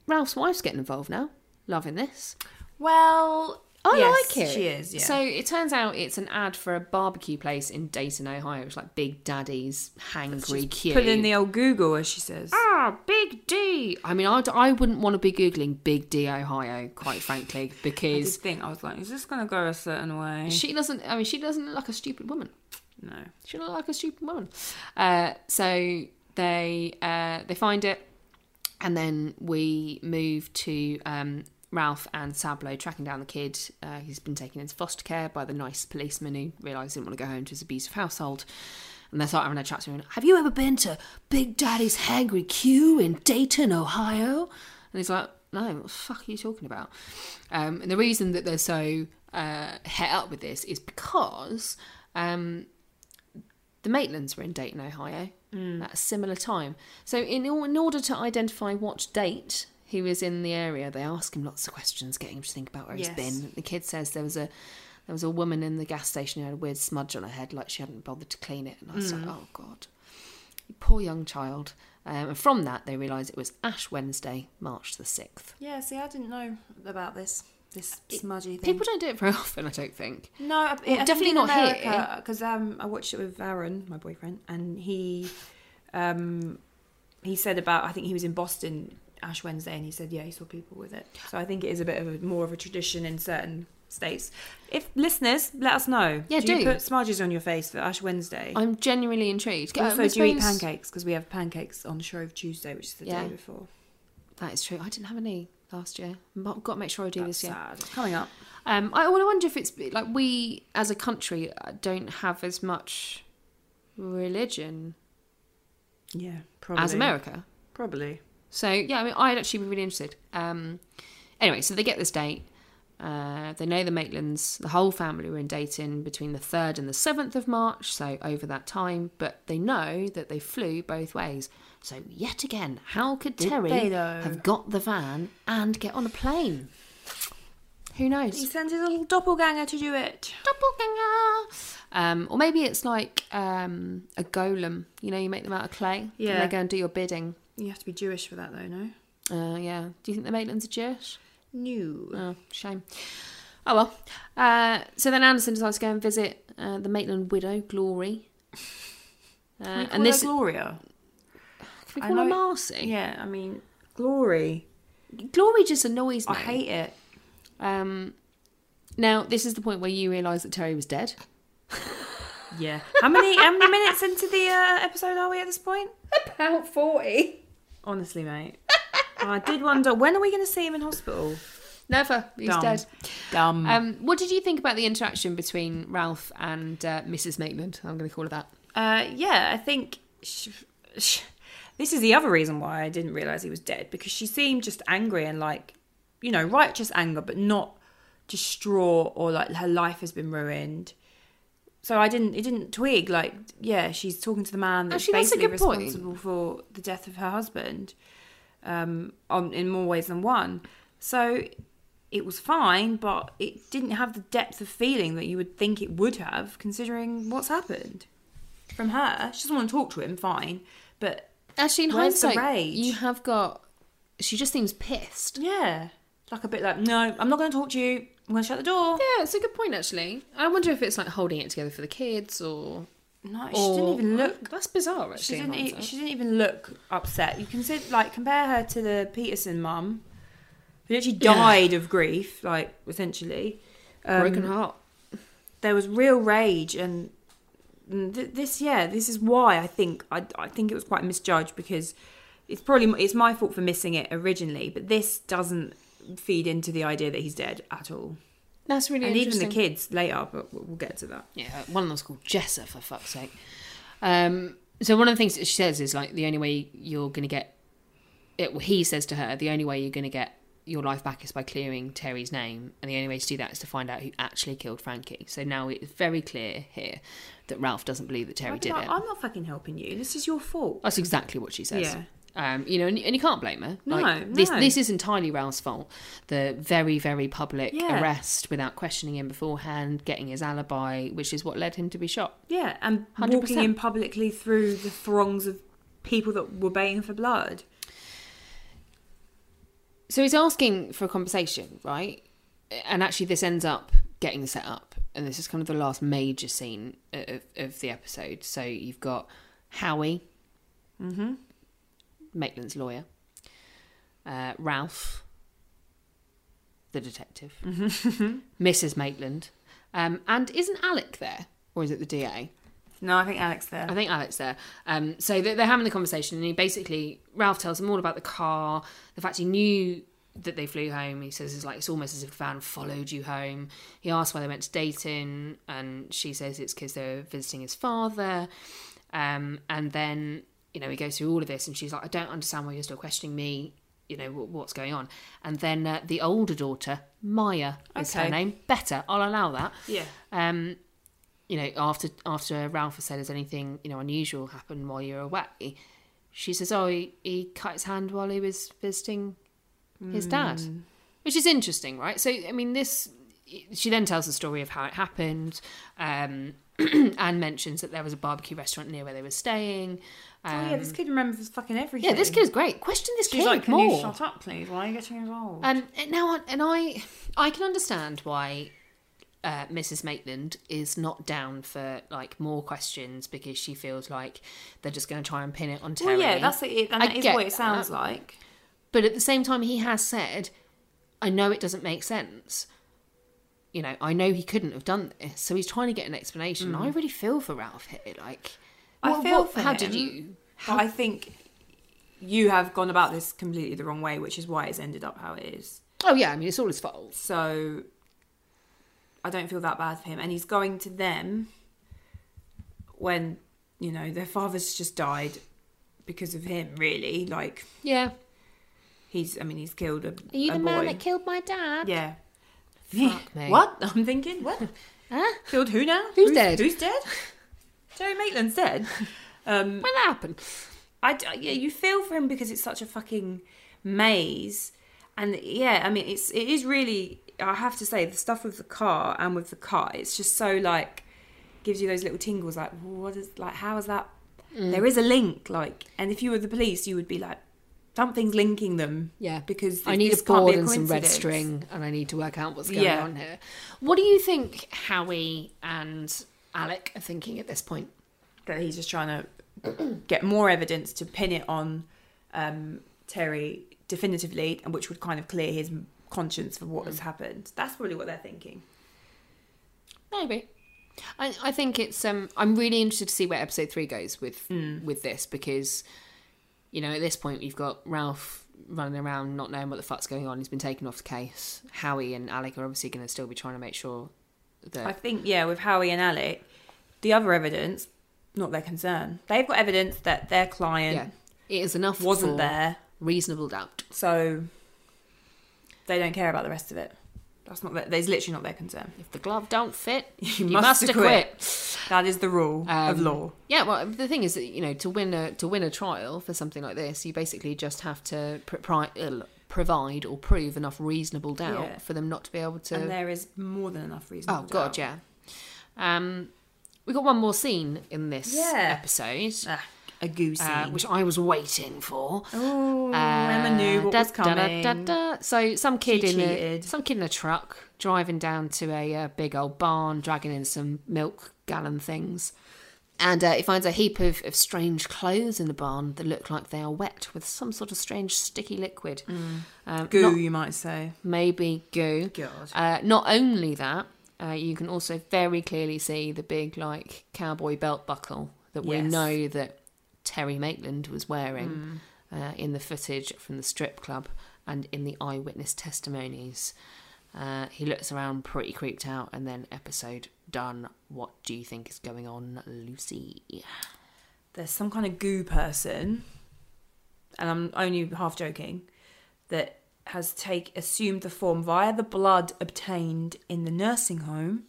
Ralph's wife's getting involved now. Loving this. Well, I yes, like it. She is. Yeah. So it turns out it's an ad for a barbecue place in Dayton, Ohio. It's like Big Daddy's Hangry Q. put in the old Google, as she says. Ah, Big D. I mean, I'd, I wouldn't want to be Googling Big D Ohio, quite frankly, This because thing, I was like, is this gonna go a certain way? she doesn't, I mean, she doesn't look like a stupid woman. no. She looked like a stupid woman. Uh, so they uh, they find it, and then we move to um, Ralph and Sablo tracking down the kid. Uh, he's been taken into foster care by the nice policeman who realised he didn't want to go home to his abusive household. And they start having a chat to him. Have you ever been to Big Daddy's Hangry Q in Dayton, Ohio? And he's like, no, what the fuck are you talking about? Um, and the reason that they're so uh, het up with this is because um, the Maitlands were in Dayton, Ohio Hmm. at a similar time. So, in, or- in order to identify what date he was in the area, they ask him lots of questions, getting him to think about where Yes. he's been. The kid says there was a there was a woman in the gas station who had a weird smudge on her head, like she hadn't bothered to clean it. And I Hmm. was like, oh god, you poor young child. Um, and from that, they realise it was Ash Wednesday, March the sixth. Yeah. See, I didn't know about this. This smudgy thing. People don't do it very often, I don't think. No, it, definitely not here. because um, I watched it with Aaron, my boyfriend, and he, um, he said about I think he was in Boston Ash Wednesday, and he said yeah, he saw people with it. So I think it is a bit of a, more of a tradition in certain states. If listeners, let us know. Yeah, you do. put smudges on your face for Ash Wednesday? I'm genuinely intrigued. Uh, also, I do you eat suppose- pancakes? Because we have pancakes on Shrove Tuesday, which is the Yeah. day before. That is true. I didn't have any last year. I've got to make sure I do That's this year. sad. It's coming up. Um, I, well, I wonder if it's like we as a country uh, don't have as much religion Yeah, probably. as America. Probably. So yeah, I mean, I'd actually be really interested. Um, anyway, so they get this date. Uh, they know the Maitlands, the whole family were in Dayton between the 3rd and the 7th of March, so over that time, but they know that they flew both ways. So, yet again, how could Terry they, though? have got the van and get on a plane? Who knows? He sends his little doppelganger to do it. doppelganger. Um, or maybe it's like um, a golem. You know, you make them out of clay. Yeah. And they go and do your bidding. You have to be Jewish for that, though, no? Uh, yeah. Do you think the Maitlands are Jewish? No. Oh, shame. Oh well. Uh, so then Anderson decides to go and visit uh, the Maitland widow, Glory. Uh, Can we call and this her Gloria. can we I call her know- Marcy. Yeah, I mean Glory. Glory just annoys me. I hate it. Um, now this is the point where you realise that Terry was dead. Yeah. How many how many minutes into the uh, episode are we at this point? About forty. Honestly, mate. I did wonder when are we going to see him in hospital? Never. He's Dumb. dead. Dumb. Um, what did you think about the interaction between Ralph and uh, Mrs. Maitland? I'm going to call her that. Uh, yeah, I think sh sh this is the other reason why I didn't realize he was dead because she seemed just angry and like, you know, righteous anger, but not distraught or like her life has been ruined. So I didn't, it didn't twig. Like, yeah, she's talking to the man that's Actually, that's Oh, a basically good point. responsible for the death of her husband, um, on in more ways than one. So it was fine, but it didn't have the depth of feeling that you would think it would have, considering what's happened from her. She doesn't want to talk to him, fine. But Actually, in Where's the hindsight, rage? you have got. She just seems pissed. yeah, like a bit like, no, I'm not going to talk to you. I'm going to shut the door. Yeah, it's a good point actually. I wonder if it's like holding it together for the kids or. No, she didn't even look. That's bizarre. Actually, She in didn't. E- hindsight. she didn't even look upset. You can sit like compare her to the Peterson mum, who actually died of grief, like essentially. Broken heart. there was real rage and and th- this yeah this is why i think I, I think it was quite misjudged because it's probably m- it's my fault for missing it originally but this doesn't feed into the idea that he's dead at all That's really and even interesting. the kids later but w- we'll get to that Yeah, one of them's called Jessa, for fuck's sake. Um, so one of the things that she says is like the only way you're going to get it. Well, he says to her, the only way you're going to get your life back is by clearing Terry's name, and the only way to do that is to find out who actually killed Frankie. So now it's very clear here that Ralph doesn't believe that Terry I'd be did like, it. i'm not fucking helping you this is your fault That's exactly what she says. Yeah. Um, you know, and, and you can't blame her. No, This no. this is entirely Ralph's fault. The very very public Yeah. arrest without questioning him beforehand, getting his alibi, which is what led him to be shot. yeah and 100%. walking in publicly through the throngs of people that were baying for blood So he's asking for a conversation, right? And actually, this ends up getting set up, and this is kind of the last major scene of, of the episode. So you've got Howie, mm-hmm. Maitland's lawyer, uh, Ralph, the detective, Mrs. Maitland, um, and isn't Alec there, or is it the DA? no i think alex there I think Alex there. Um, so they're, they're having the conversation, and he basically Ralph tells him all about the car, the fact he knew that they flew home. He says it's like it's almost as if the van followed you home. He asks why they went to Dayton, and she says it's because they were visiting his father. Um, and then you know he goes through all of this, and she's like, I don't understand why you're still questioning me. You know wh- what's going on, and then uh, the older daughter Maya is her Okay. name. Better, I'll allow that yeah Oh, um, you know, after after Ralph has said, "Has anything you know unusual happened while you're away?" She says, "Oh, he, he cut his hand while he was visiting his dad," Hmm. which is interesting, right? So, I mean, this. She then tells the story of how it happened, um, and mentions that there was a barbecue restaurant near where they were staying. Um, oh yeah this kid remembers fucking everything Yeah, this kid is great. Question this she's kid like can more. you shut up please why are you getting involved Um, and now, and I, I can understand why uh, Mrs. Maitland is not down for like more questions because she feels like they're just going to try and pin it on Terry. Well, yeah, that's it, and I that is get what it sounds that. like. But at the same time, he has said, "I know it doesn't make sense." You know, I know he couldn't have done this, so he's trying to get an explanation. And I really feel for Ralph here. Like, Mm. I what- feel what- for how him, did you? but I think you have gone about this completely the wrong way, which is why it's ended up how it is. Oh yeah, I mean, it's all his fault. So I don't feel that bad for him, and he's going to them when you know their father's just died because of him. Really, like Yeah, he's. I mean, he's killed a, are you a the boy. man that killed my dad? yeah. Fuck me. What? I'm thinking, what? Huh? Killed who now? Who's dead? Who's dead? Terry Maitland's dead. Um, When that happened? I d- yeah, you feel for him because it's such a fucking maze, and yeah, I mean, it's it is really. I have to say, the stuff with the car and with the cut, it's just so like gives you those little tingles. Like, what is like? How is that? Mm. There is a link, like, and if you were the police, you would be like, something's linking them. Yeah, because I need a this can't board be and some red coincidence. string, and I need to work out what's going Yeah. on here. What do you think Howie and Alec are thinking at this point? that he's just trying to get more evidence to pin it on um, Terry definitively, and which would kind of clear his conscience for what has happened. That's probably what they're thinking. Maybe. I, I think it's. Um, I'm really interested to see where episode three goes with Hmm. with this because, you know, at this point you've got Ralph running around not knowing what the fuck's going on. He's been taken off the case. Howie and Alec are obviously going to still be trying to make sure that I think, yeah, with Howie and Alec, the other evidence, not their concern. They've got evidence that their client yeah, it is enough. wasn't for there, Reasonable doubt. so they don't care about the rest of it. That's not. Their, that's literally not their concern. If the glove don't fit, you, must must acquit. acquit. That is the rule of Um, law. Yeah, well, the thing is that you know to win a to win a trial for something like this, you basically just have to pr- pri- uh, provide or prove enough reasonable doubt Yeah. for them not to be able to. And there is more than enough reason. oh god, yeah. Um, we got one more scene in this Yeah. episode, a goosey. uh, which I was waiting for. Uh, Oh, Emma knew what da- was da- da- coming. da- da. So some kid She in a, cheated. some kid in a truck driving down to a uh, big old barn, dragging in some milk gallon things, and uh, he finds a heap of, of strange clothes in the barn that look like they are wet with some sort of strange sticky liquid, um, Mm. Goo, not- you might say. maybe goo. God. Uh, not only that, uh, you can also very clearly see the big like cowboy belt buckle that we Yes. know that Terry Maitland was wearing uh, in the footage from the strip club and in the eyewitness testimonies. Uh, he looks around pretty creeped out, and then episode done. What do you think is going on, Lucy? There's some kind of goo person, and I'm only half joking, that has take assumed the form via the blood obtained in the nursing home,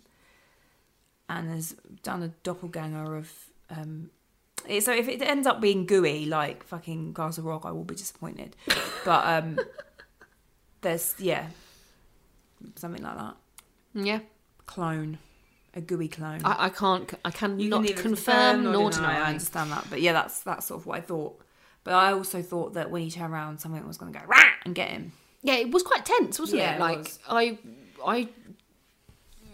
and has done a doppelganger of. Um, it- so if it ends up being gooey like fucking Castle Rock, I will be disappointed. But um, there's yeah, something like that. Yeah, Clone, a gooey clone. I, I can't. I can You not can either confirm nor deny. I understand that, but yeah, that's that's sort of what I thought. But I also thought that when he turned around, something was going to go rah and get him. yeah, it was quite tense, wasn't it? Yeah, it Like was. I, I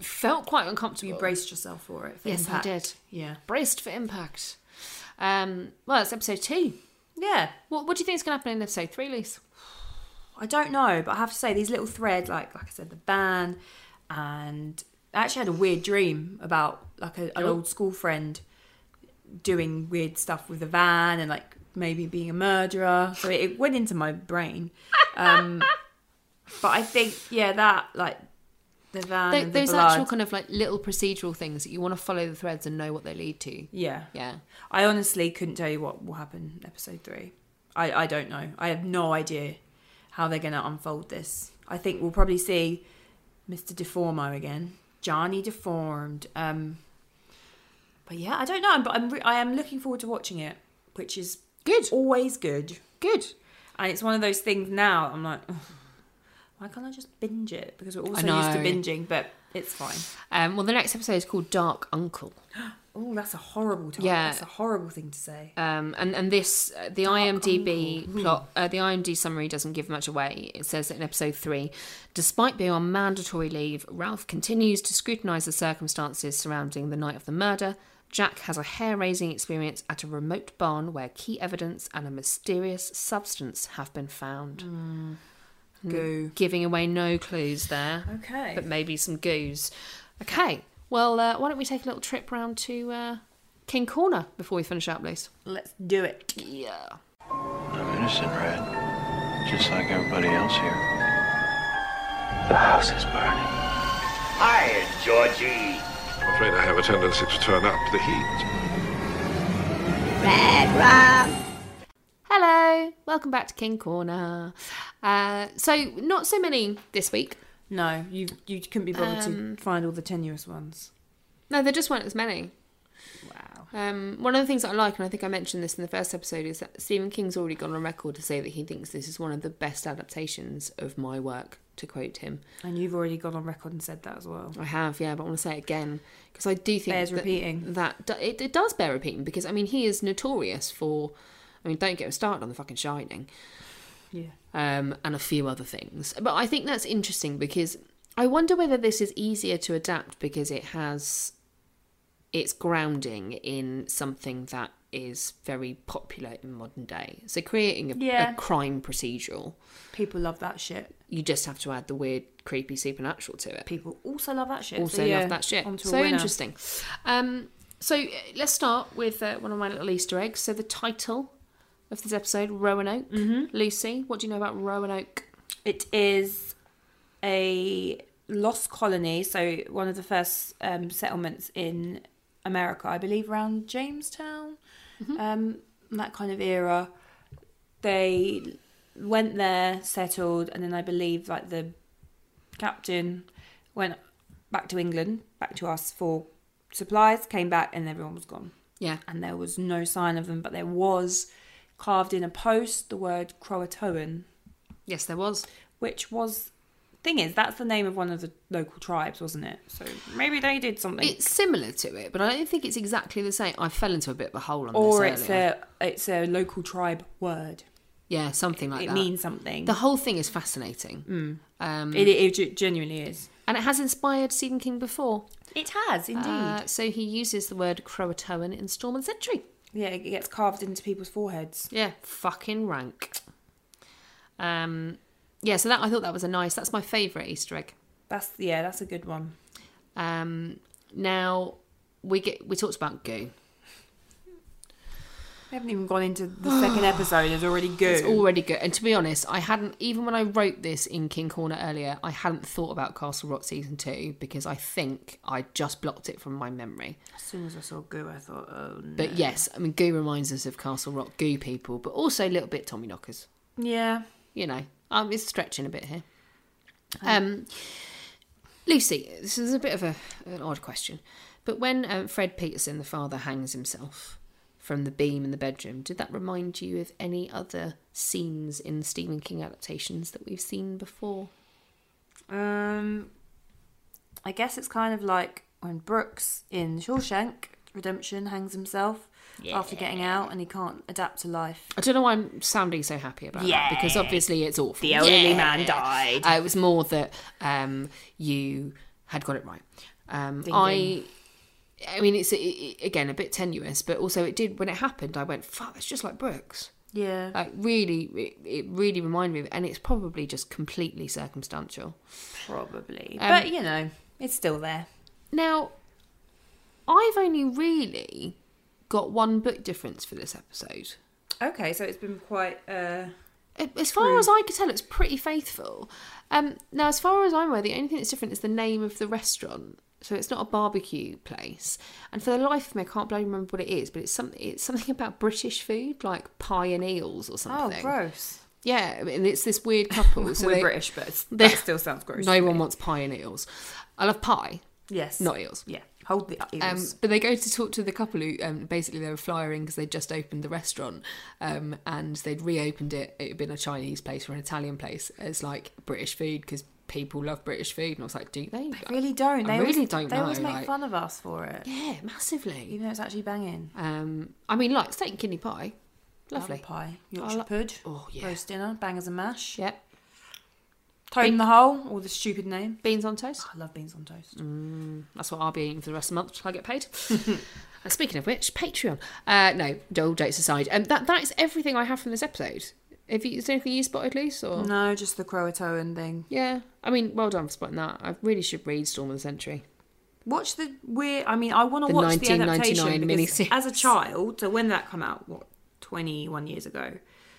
felt quite uncomfortable. You braced yourself for it. For Yes, impact. I did. Yeah, Braced for impact. Um, well, it's episode two. yeah. What, what do you think is going to happen in episode three, Lise? I don't know, but I have to say these little threads, like like I said, the van, and I actually had a weird dream about like a, an old school friend doing weird stuff with the van and like maybe being a murderer. So it, it went into my brain. Um, but I think yeah, that like the van, Th- and the those blood. actual kind of like little procedural things that you want to follow the threads and know what they lead to. Yeah. Yeah. I honestly couldn't tell you what will happen in episode three. I, I don't know. I have no idea how they're going to unfold this. I think we'll probably see Mr. Deformo again, Johnny Deformed. Um, but yeah, I don't know. But I'm re- I am looking forward to watching it, which is Good. always good. Good. And it's one of those things now. I'm like, "Ugh, why can't I just binge it? Because we're also used to know. binging, but it's fine. Um, well, the next episode is called Dark Uncle. Oh, that's a horrible time. Yeah. That's a horrible thing to say. Um, and and this uh, the IMDb plot uh, the IMDb summary doesn't give much away. It says that in episode three, despite being on mandatory leave, Ralph continues to scrutinise the circumstances surrounding the night of the murder. Jack has a hair-raising experience at a remote barn where key evidence and a mysterious substance have been found, Hmm. Hmm. Goo. giving away no clues there, Okay. but maybe some goos. Okay, well, uh, why don't we take a little trip round to uh, King Corner before we finish up, Luce? Let's do it. Yeah. I'm innocent, Red. Just like everybody else here. The house is burning. Hi, Georgie. I'm afraid I have a tendency to turn up the heat. Hello, welcome back to King Corner. Uh, so, not so many this week. No, you you couldn't be bothered Um, to find all the tenuous ones. No, there just weren't as many. Wow. Um, one of the things that I like, and I think I mentioned this in the first episode, is that Stephen King's already gone on record to say that he thinks this is one of the best adaptations of my work, to quote him. And you've already gone on record and said that as well. I have, yeah, but I want to say it again because I do think Bears that, repeating. that do- it, it does bear repeating because I mean he is notorious for, I mean don't get us started on the fucking Shining, Yeah. um, and a few other things. But I think that's interesting because I wonder whether this is easier to adapt because it has its grounding in something that is very popular in modern day. So creating a, a Yeah. crime procedural, People love that shit. you just have to add the weird, creepy supernatural to it. People also love that shit. Also so, yeah, love that shit. onto a So winner. interesting. Um, so uh, let's start with uh, one of my little Easter eggs. So the title of this episode, Roanoke. Mm-hmm. Lucy, what do you know about Roanoke? It is a lost colony, so one of the first um, settlements in America, I believe, around Jamestown, um, that kind of era. They went there, settled, and then I believe like the captain went back to England, back to us for supplies, came back, and everyone was gone Yeah. and there was no sign of them, but there was carved in a post the word Croatoan, Yes, there was. which was thing is that's the name of one of the local tribes, wasn't it? So maybe they did something, It's similar to it, but I don't think it's exactly the same. I fell into a bit of a hole on or this it's earlier. a it's a local tribe word. yeah, something like it that. means something. the whole thing is fascinating, Mm. um, It, it ge- genuinely is. and it has inspired Stephen King before. It has indeed. Uh, so he uses the word Croatoan in Storm and Century. yeah, it gets carved into people's foreheads. Yeah, fucking rank. Um, yeah, so that I thought that was a nice. That's my favourite Easter egg. That's yeah, that's a good one. Um, now we get we talked about goo. We haven't even gone into the second episode. It's already good. It's already good. And to be honest, I hadn't even when I wrote this in King Corner earlier, I hadn't thought about Castle Rock season two because I think I just blocked it from my memory. as soon as I saw goo, I thought, oh no. But yes, I mean goo reminds us of Castle Rock goo people, but also a little bit Tommy knockers. yeah, you know, um, it's stretching a bit here. Um, Lucy, this is a bit of a, an odd question, but when um, Fred Peterson, the father, hangs himself from the beam in the bedroom, did that remind you of any other scenes in Stephen King adaptations that we've seen before? Um, I guess it's kind of like when Brooks in Shawshank Redemption hangs himself after getting out and he can't adapt to life. I don't know why I'm sounding so happy about that because obviously it's awful. The elderly man died. Uh, it was more that um, you had got it right. Um, Ding, I, I mean, it's it, it- again a bit tenuous, but also it did when it happened. I went, "Fuck, it's just like Brooks." Yeah. Like really, it, it really reminded me of, and it's probably just completely circumstantial. Probably. Um, but, you know, it's still there. Now, I've only really got one book difference for this episode. Okay, so it's been quite. Uh, Oh, As far as I could tell, it's pretty faithful. Um, now, as far as I'm aware, the only thing that's different is the name of the restaurant. So it's not a barbecue place, and for the life of me, I can't bloody remember what it is. But it's something. It's something about British food, like pie and eels or oh, something. gross. Yeah, I mean, and it's this weird couple. So We're they- British, but it's, they- that still sounds gross. No to one me. wants pie and eels. I love pie, Yes. not eels. Yeah. Hold the Um, ears. but they go to talk to the couple who um, basically they were flying because they'd just opened the restaurant um, and they'd reopened it. It had been a Chinese place or an Italian place as like British food because people love British food. And I was like, do they? they really don't. They I really always, don't They always know, make like- fun of us for it, Yeah, massively. even though it's actually banging. Um, I mean, like steak and kidney pie. Lovely. Apple pie, Yorkshire lo- pud, Oh, yeah. roast dinner, bangers and mash. Yep. Toad in the hole, or the stupid name. Beans on toast. I love beans on toast. Mm. That's what I'll be eating for the rest of the month till I get paid. and speaking of which, Patreon. Uh, no, all jokes aside. Um, that, that is everything I have from this episode. Have you, is there anything you spotted, Luce? Or? No, just the Croatoan thing. Yeah, I mean, well done for spotting that. I really should read Storm of the Century. Watch the weird. I mean, I want The to watch the 1999 adaptation because miniseries. as a child. So when did that come out? What twenty one years ago?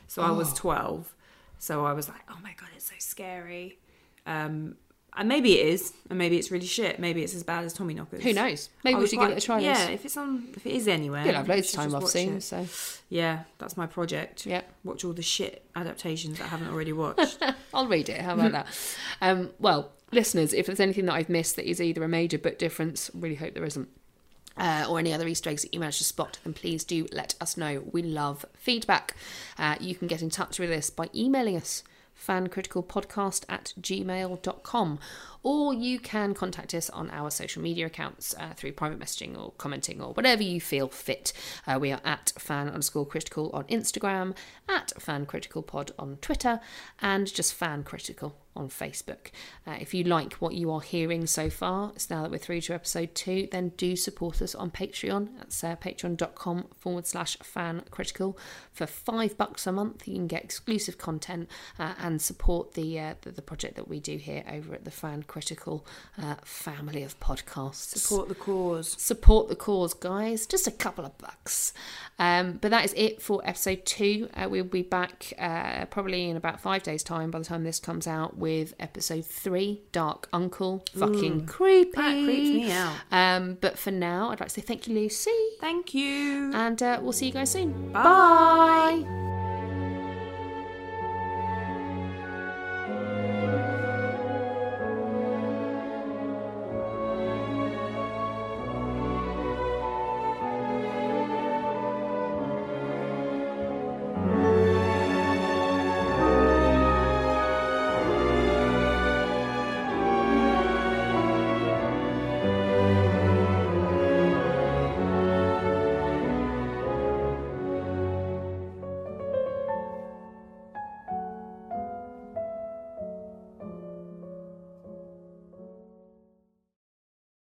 So I Oh. was twelve. So I was like, oh my god, it's so scary. Um, and maybe it is, and maybe it's really shit. Maybe it's as bad as Tommy Knockers. Who knows? Maybe I we was should give quite- it a try. Yeah, if it's on, if it is anywhere, you'll have we loads should of time just off watch soon. it. So Yeah, that's my project. Yeah. Watch all the shit adaptations that I haven't already watched. I'll read it. How about that? Um, well, listeners, if there's anything that I've missed that is either a major book difference, really hope there isn't, uh, or any other Easter eggs that you managed to spot, then please do let us know. We love feedback. Uh, you can get in touch with us by emailing us fancriticalpodcast at gmail.com or you can contact us on our social media accounts uh, through private messaging or commenting or whatever you feel fit uh, we are at fan underscore critical on instagram at fan critical pod on twitter and just fan critical on facebook uh, if you like what you are hearing so far so now that we're through to episode two then do support us on patreon that's uh, patreon.com forward slash fan critical for five bucks a month you can get exclusive content uh, and support the, uh, the the project that we do here over at the fan critical uh, family of podcasts. Support the cause. Support the cause, guys. Just a couple of bucks. Um, but that is it for episode two. Uh, we'll be back uh, probably in about five days' time by the time this comes out with episode three Dark Uncle. Fucking Ooh, creepy. that creeps me out. Um, but for now, I'd like to say thank you, Lucy. Thank you. And uh, we'll see you guys soon. Bye. Bye.